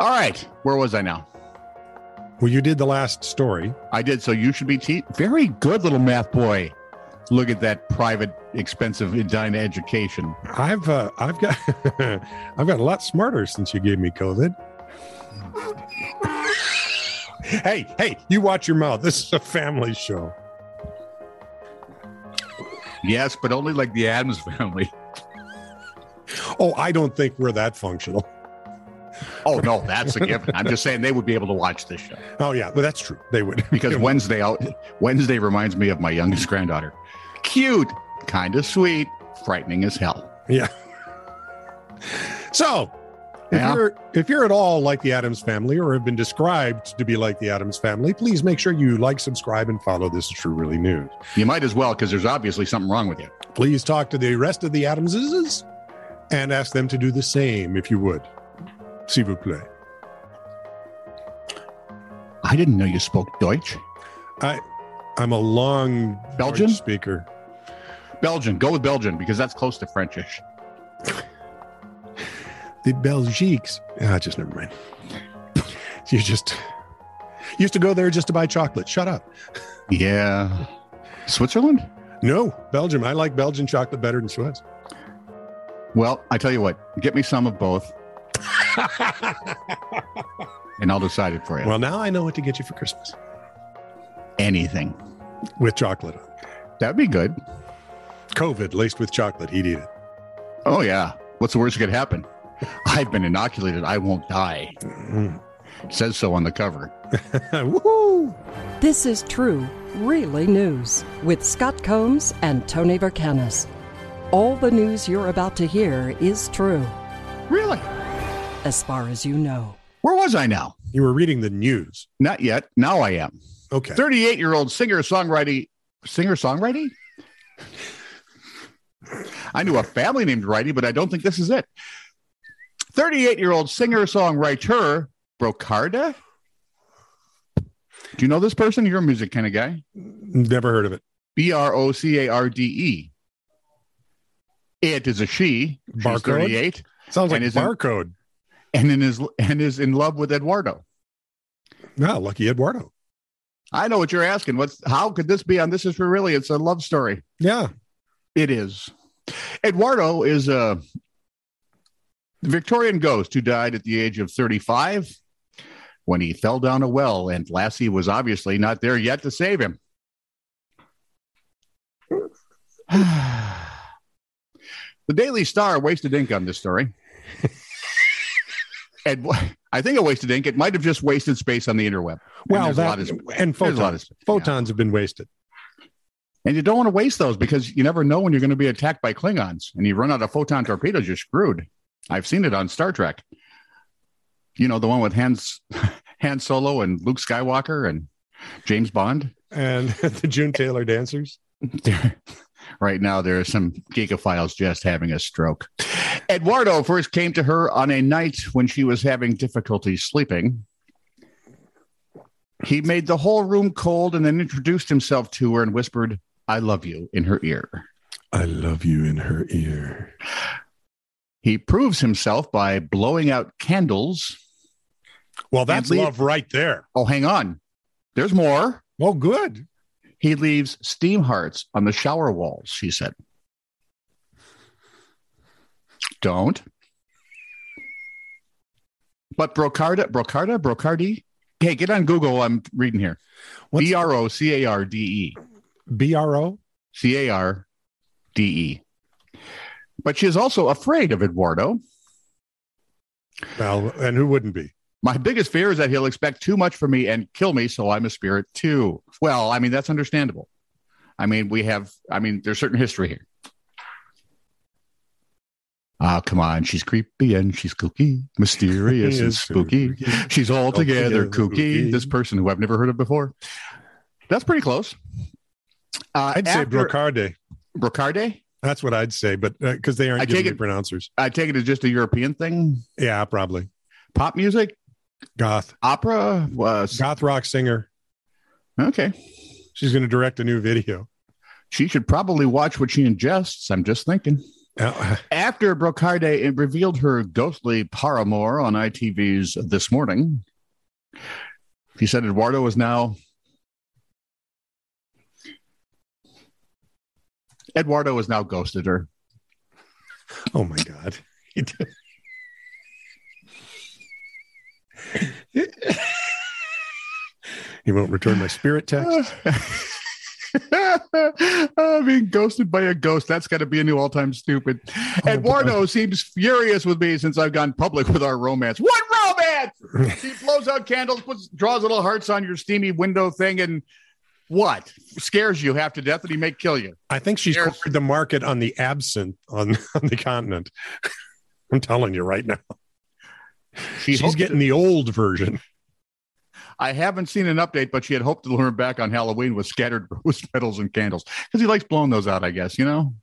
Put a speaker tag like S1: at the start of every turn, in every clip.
S1: All right. Where was I now?
S2: Well, you did the last story.
S1: I did. So you should be te- very good, little math boy. Look at that private, expensive Edina education.
S2: I've uh, I've got I've got a lot smarter since you gave me COVID. hey, hey, you watch your mouth. This is a family show.
S1: Yes, but only like the Adams family.
S2: Oh, I don't think we're that functional.
S1: Oh no, that's a given. I'm just saying they would be able to watch this show
S2: Oh yeah, but that's true. They would
S1: because
S2: Yeah.
S1: Wednesday out Wednesday reminds me of my youngest granddaughter. Cute, kind of sweet, frightening as hell.
S2: Yeah. So, if
S1: Yeah.
S2: you're if you're at all like the Adams family or have been described to be like the Adams family, please make sure you like, subscribe, and follow This Is True Really News.
S1: You might as well because there's obviously something wrong with you.
S2: Please talk to the rest of the Adamses and ask them to do the same if you would. S'il vous plaît.
S1: I didn't know you spoke Deutsch.
S2: I'm a long
S1: Belgian?
S2: Deutsch speaker.
S1: Belgian, go with Belgian because that's close to Frenchish.
S2: The Belgiques. Ah, just never mind. You just used to go there just to buy chocolate. Shut up.
S1: Yeah. Switzerland?
S2: No, Belgium. I like Belgian chocolate better than Swiss.
S1: Well, I tell you what, get me some of both and I'll decide it for you.
S2: Well, now I know what to get you for Christmas
S1: Anything.
S2: with chocolate. on it.
S1: That'd be good.
S2: COVID laced with chocolate. He'd eat it.
S1: Oh, yeah. What's the worst that could happen? I've been inoculated. I won't die.
S2: Mm.
S1: says so on the cover.
S2: Woohoo!
S3: This is True, Really News with Scott Combs and Tony Vercanis. All the news you're about to hear is true,
S1: Really?
S3: as far as you know.
S1: Where was I now?
S2: You were reading the news.
S1: Not yet. Now I am.
S2: Okay.
S1: 38 year old singer songwriting. Singer songwriting? I knew a family named Righty, but I don't think this is it. 38 year old singer songwriter Brocarda. Do you know this person? You're a music kind of guy.
S2: Never heard of it.
S1: B R O C A R D E. It is a she. She's
S2: Barcode?
S1: 38
S2: Sounds like
S1: And isn't-
S2: barcode.
S1: and in is and is in love with Eduardo.
S2: No, Ah, lucky Eduardo.
S1: I know what you're asking. What's how could this be on This Is For Really? It's a love story.
S2: Yeah.
S1: It is. Eduardo is a Victorian ghost who died at the age of 35 when he fell down a well, and Lassie was obviously not there yet to save him. the Daily Star wasted ink on this story. Ed, I think it wasted ink. It might have just wasted space on the interweb. And
S2: Well,
S1: there's a lot
S2: that
S1: of sp-
S2: and
S1: there's
S2: photons.
S1: a lot of sp- yeah.
S2: photons have been wasted.
S1: And you don't want to waste those because you never know when you're going to be attacked by Klingons and you run out of photon torpedoes, you're screwed. I've seen it on Star Trek. You know, the one with Hans, Han Solo and Luke Skywalker and James Bond.
S2: And the June Taylor dancers.
S1: right now, there are some geekophiles just having a stroke. Eduardo first came to her on a night when she was having difficulty sleeping. He made the whole room cold and then introduced himself to her and whispered, I love you in her ear.
S2: I love you in her ear.
S1: He proves himself by blowing out candles.
S2: Well, that's
S1: leave-
S2: love right there.
S1: Oh, hang on. There's more.
S2: Oh, good.
S1: He leaves steam hearts on the shower walls, she said. Don't. But Brocarda, Brocarda, Brocardi. Hey, get on Google. I'm reading here.
S2: What's-
S1: B R O C A R D E.
S2: B R O.
S1: C A R D E. But she is also afraid of Eduardo.
S2: Well, and who wouldn't be?
S1: My biggest fear is that he'll expect too much from me and kill me, so I'm a spirit too. Well, I mean, that's understandable. I mean, we have, I mean, there's certain history here. Ah, come on. She's creepy and she's kooky, mysterious and
S2: Yes,
S1: spooky. She's altogether
S2: Altogether
S1: kooky.
S2: kooky.
S1: This person who I've never heard of before. That's pretty close. Uh,
S2: I'd say
S1: after-
S2: brocarde.
S1: Brocarde.
S2: That's what I'd say, but because they aren't
S1: I
S2: giving
S1: take
S2: me pronouncers.
S1: I take it as just a European thing.
S2: Yeah, probably
S1: Pop music,
S2: goth,
S1: opera. Was,
S2: goth rock singer.
S1: okay.
S2: She's going to direct a new video.
S1: She should probably watch what she ingests. I'm just thinking.
S2: Uh,
S1: After Brocarde revealed her ghostly paramour on ITV's This Morning, he said Eduardo is now. Eduardo has now ghosted her.
S2: oh my god. he won't return my spirit text.
S1: Uh, being ghosted by a ghost, that's got to be a new all time stupid.
S2: Oh,
S1: Eduardo seems furious with me since I've gone public with our romance. What romance? she blows out candles, puts, draws little hearts on your steamy window thing, and what? Scares you half to death that he may kill you.
S2: I think she's
S1: There's-
S2: cornered the market on the absinthe on, on the continent. I'm telling you right now.
S1: She
S2: she's
S1: hoped-
S2: getting the old version.
S1: I haven't seen an update, but she had hoped to lure him back on Halloween with scattered rose petals and candles because he likes blowing those out, I guess, you know?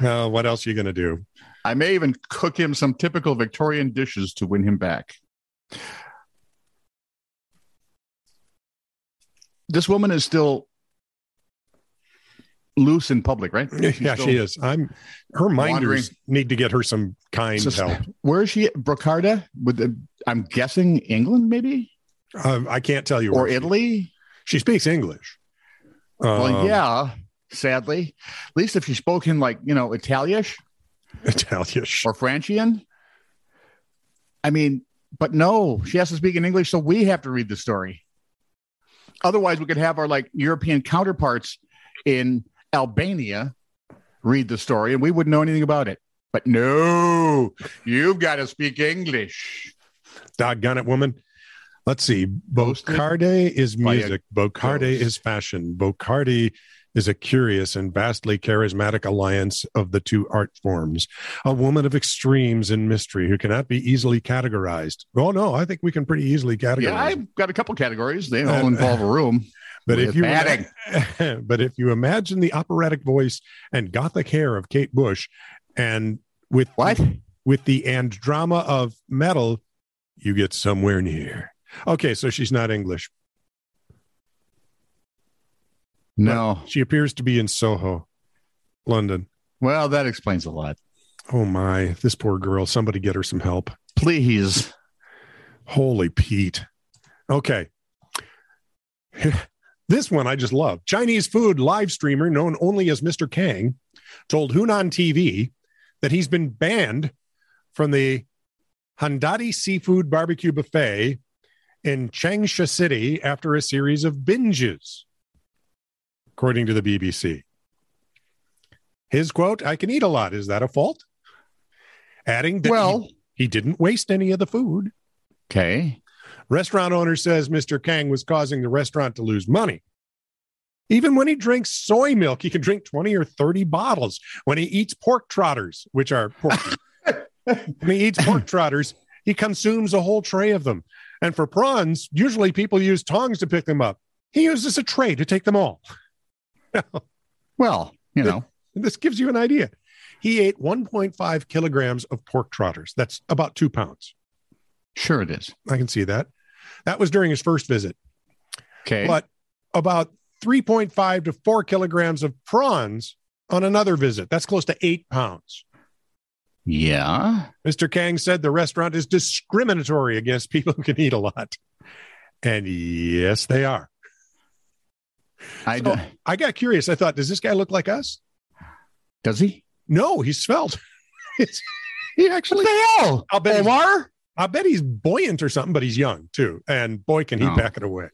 S2: Uh, what else are you going to do?
S1: I may even cook him some typical Victorian dishes to win him back. This woman is still loose in public, right?
S2: yeah,
S1: still
S2: she is. I'm her minders
S1: wandering.
S2: need to get her some kind
S1: Sus-
S2: help.
S1: Where is she? Brocarda? With the, I'm guessing England, maybe,
S2: Um, I can't tell you.
S1: or
S2: where she-
S1: Italy.
S2: She speaks English.
S1: well,
S2: Um,
S1: yeah. Sadly, at least if she spoke in like you know Italianish
S2: Italian.
S1: or Francian. I mean, but no, she has to speak in English, so we have to read the story. Otherwise, we could have our like European counterparts in Albania read the story, and we wouldn't know anything about it. But no, you've got to speak English.
S2: Doggone it, woman. Let's see.
S1: Boasted
S2: Bocardi is
S1: by a
S2: music. Bocardi
S1: ghost.
S2: is fashion. Bocardi is a curious and vastly charismatic alliance of the two art forms. A woman of extremes and mystery who cannot be easily categorized. Oh, no, I think we can pretty easily categorize.
S1: Yeah,
S2: it.
S1: I've got a couple categories. They all
S2: And-
S1: involve a room.
S2: But if
S1: with
S2: you
S1: batting.
S2: but if you imagine the operatic voice and gothic hair of Kate Bush, and with
S1: What?
S2: with the and drama of metal, you get somewhere near. Okay, so she's not English.
S1: No.
S2: She appears to be in Soho, London.
S1: Well, that explains a lot.
S2: Oh my, this poor girl. Somebody get her some help.
S1: Please.
S2: Holy Pete. Okay. this one I just love. Chinese food live streamer known only as Mr. Kang told Hunan TV that he's been banned from the Handati Seafood Barbecue Buffet in Changsha City after a series of binges, according to the BBC. His quote, I can eat a lot. Is that a fault? Adding that he-
S1: Well,
S2: he didn't waste any of the food.
S1: okay.
S2: Restaurant owner says Mr. Kang was causing the restaurant to lose money. Even when he drinks soy milk, he can drink 20 or 30 bottles. When he eats pork trotters, which are pork, when he eats pork trotters, he consumes a whole tray of them. And for prawns, usually people use tongs to pick them up. He uses a tray to take them all.
S1: Well, you know,
S2: This gives you an idea. He ate 1.5 kilograms of pork trotters. That's about two pounds.
S1: sure it is.
S2: I can see that. That was during his first visit.
S1: Okay.
S2: but about 3.5 to 4 kilograms of prawns on another visit. That's close to eight pounds.
S1: yeah.
S2: Mr. Kang said the restaurant is discriminatory against people who can eat a lot. And yes, they are.
S1: I
S2: So-
S1: d-
S2: I got curious. I thought, does this guy look like us?
S1: does he?
S2: No, he's svelte. It's- he actually,
S1: hell?
S2: I'll bet he's-
S1: Omar?
S2: I bet he's buoyant or something, but he's young too. And boy, can he
S1: No.
S2: pack it away.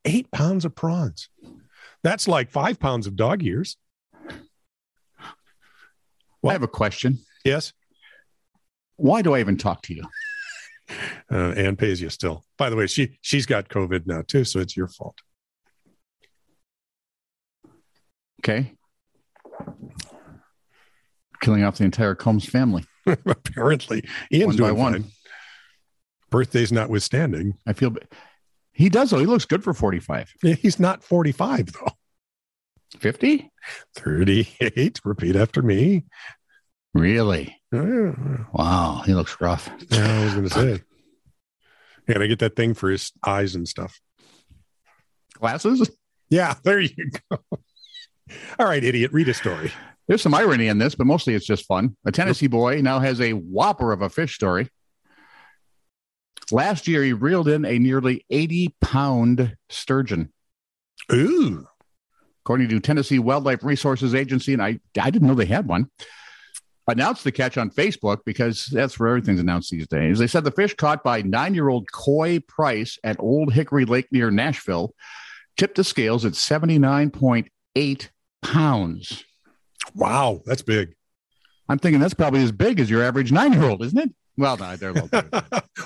S2: eight pounds of prawns. That's like five pounds of dog ears. What?
S1: I have a question.
S2: Yes.
S1: Why do I even talk to you?
S2: uh, Ann pays you still. By the way, she she's got COVID now too, so it's your fault.
S1: Okay. Killing off the entire Combs family.
S2: Apparently, Ian's
S1: One by
S2: doing
S1: one.
S2: fine. Birthdays notwithstanding,
S1: I feel b- he does though. He looks good for 45.
S2: he's not forty five though.
S1: 50?
S2: Thirty eight. Repeat after me.
S1: Really?
S2: Uh, I
S1: Wow. He looks rough.
S2: was going to say, yeah, to get that thing for his eyes and stuff.
S1: Glasses?
S2: Yeah, there you go. All right, idiot. Read a story.
S1: There's some irony in this, but mostly it's just fun. A Tennessee boy now has a whopper of a fish story. Last year, he reeled in a nearly 80 pound sturgeon.
S2: Ooh.
S1: According to Tennessee Wildlife Resources Agency, and I, I didn't know they had one, announced the catch on Facebook because that's where everything's announced these days. They said the fish caught by nine year old Coy Price at Old Hickory Lake near Nashville tipped the scales at 79.8 pounds.
S2: Wow. That's big.
S1: I'm thinking that's probably as big as your average nine year old, isn't it? Well, no, they're a little bigger.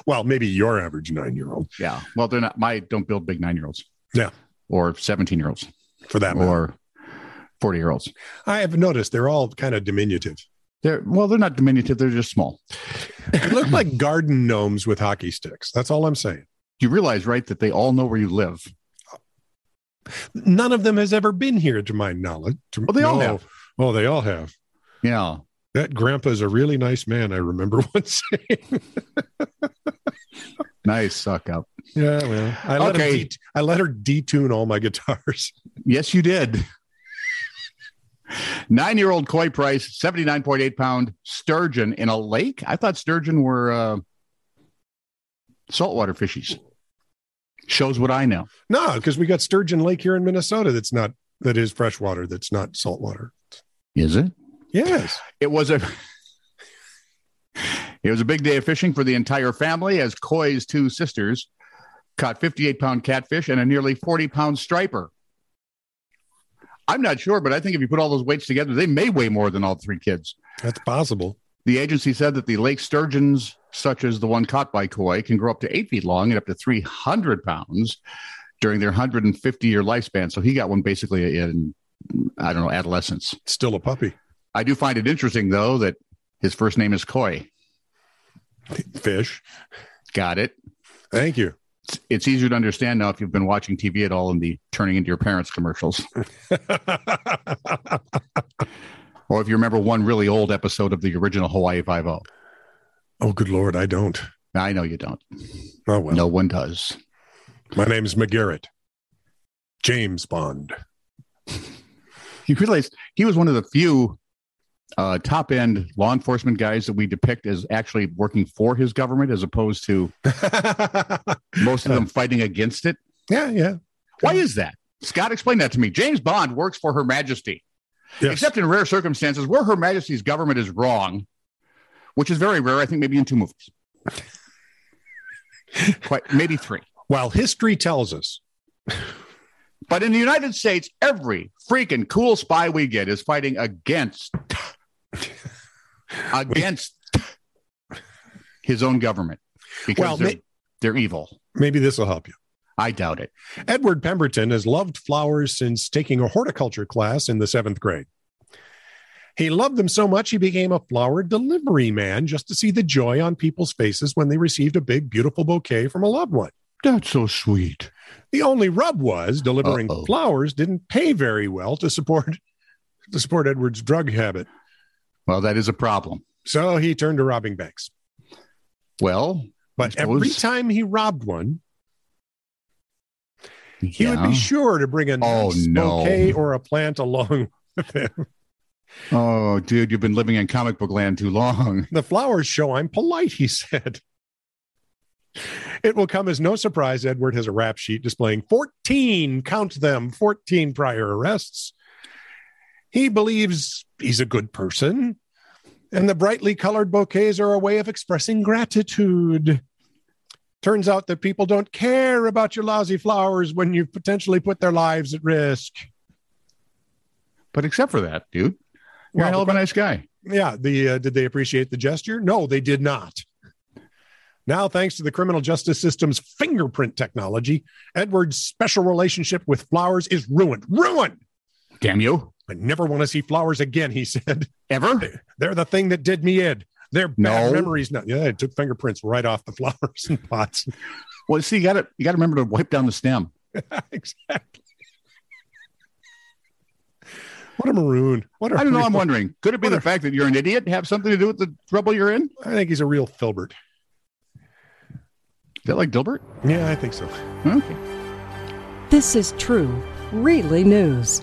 S2: well, maybe your average nine year old
S1: Yeah. Well, they're not. My don't build big nine year olds.
S2: Yeah.
S1: Or 17 year olds
S2: for that matter.
S1: or 40 year olds.
S2: I have noticed they're all kind of diminutive.
S1: They're, well, they're not diminutive. They're just small.
S2: They look like garden gnomes with hockey sticks. That's all I'm saying.
S1: You realize, right, that they all know where you live.
S2: None of them has ever been here, to my knowledge. To-
S1: Oh, they all have.
S2: Oh, they all have.
S1: Yeah.
S2: That grandpa's a really nice man. I remember once.
S1: Nice suck up.
S2: yeah, well, I let, okay.
S1: Okay.
S2: det- I let her detune all my guitars.
S1: Yes, you did. Nine year old koi price, 79.8 pound sturgeon in a lake. I thought sturgeon were uh, saltwater fishies. Shows what I know.
S2: No, because we got Sturgeon Lake here in Minnesota. That's not that is freshwater. That's not saltwater.
S1: Is it?
S2: Yes.
S1: It was a it was a big day of fishing for the entire family as Coy's two sisters caught 58 pound catfish and a nearly 40 pound striper. I'm not sure, but I think if you put all those weights together, they may weigh more than all three kids.
S2: That's possible.
S1: The agency said that the lake sturgeons, such as the one caught by Coy, can grow up to eight feet long and up to 300 pounds during their 150 year lifespan. So he got one basically in, I don't know, adolescence.
S2: Still a puppy.
S1: I do find it interesting, though, that his first name is Coy.
S2: Fish.
S1: Got it.
S2: Thank you.
S1: It's, it's easier to understand now if you've been watching TV at all in the turning into your parents commercials, or if you remember one really old episode of the original Hawaii Five O.
S2: oh, good Lord. I don't.
S1: I know you don't.
S2: Oh, well.
S1: No one does.
S2: My name's McGarrett. James Bond.
S1: You realize he was one of the few uh, top end law enforcement guys that we depict as actually working for his government, as opposed to
S2: yeah,
S1: most of them fighting against it.
S2: yeah.
S1: Why is that? Scott, explain that to me. James Bond works for Her Majesty.
S2: Yes.
S1: except in rare circumstances where Her Majesty's government is wrong, which is very rare. I think maybe in two movies, quite maybe three.
S2: While history tells us,
S1: But in the United States, every freaking cool spy we get is fighting against against his own government because
S2: Well,
S1: they're,
S2: may-
S1: they're evil.
S2: maybe this will help you.
S1: I doubt it.
S2: Edward Pemberton has loved flowers since taking a horticulture class in the seventh grade. He loved them so much he became a flower delivery man just to see the joy on people's faces when they received a big, beautiful bouquet from a loved one.
S1: That's so sweet.
S2: The only rub was delivering
S1: Uh-oh.
S2: flowers didn't pay very well to support to support Edward's drug habit.
S1: Well, that is a problem.
S2: So he turned to robbing banks.
S1: Well,
S2: But
S1: I
S2: every
S1: suppose-
S2: time he robbed one, he
S1: yeah.
S2: would be sure to bring a
S1: Oh,
S2: nice
S1: no.
S2: bouquet or a plant along with him.
S1: oh, dude, you've been living in comic book land too long.
S2: The flowers show I'm polite, he said. It will come as no surprise Edward has a rap sheet displaying 14, count them, 14 prior arrests. He believes he's a good person, and the brightly colored bouquets are a way of expressing gratitude. Turns out that people don't care about your lousy flowers when you've potentially put their lives at risk.
S1: But except for that, dude, you're
S2: Well,
S1: a hell of a nice guy.
S2: Yeah, the uh, did they appreciate the gesture? No, they did not. Now, thanks to the criminal justice system's fingerprint technology, Edward's special relationship with flowers is ruined. Ruined.
S1: Damn you.
S2: I never want to see flowers again. He said,
S1: Ever?
S2: "They're the thing that did me in. They're bad
S1: No.
S2: memories now." Yeah, it took fingerprints right off the flowers and pots.
S1: Well, see, you got to you got to remember to wipe down the stem.
S2: exactly. What a maroon! What a
S1: I don't know.
S2: real-
S1: I'm wondering, could it be the fact that you're an idiot have something to do with the trouble you're in? Is
S2: I think he's a real filbert.
S1: that like Dilbert?
S2: Yeah, I think so.
S1: Okay.
S3: This is true, really news.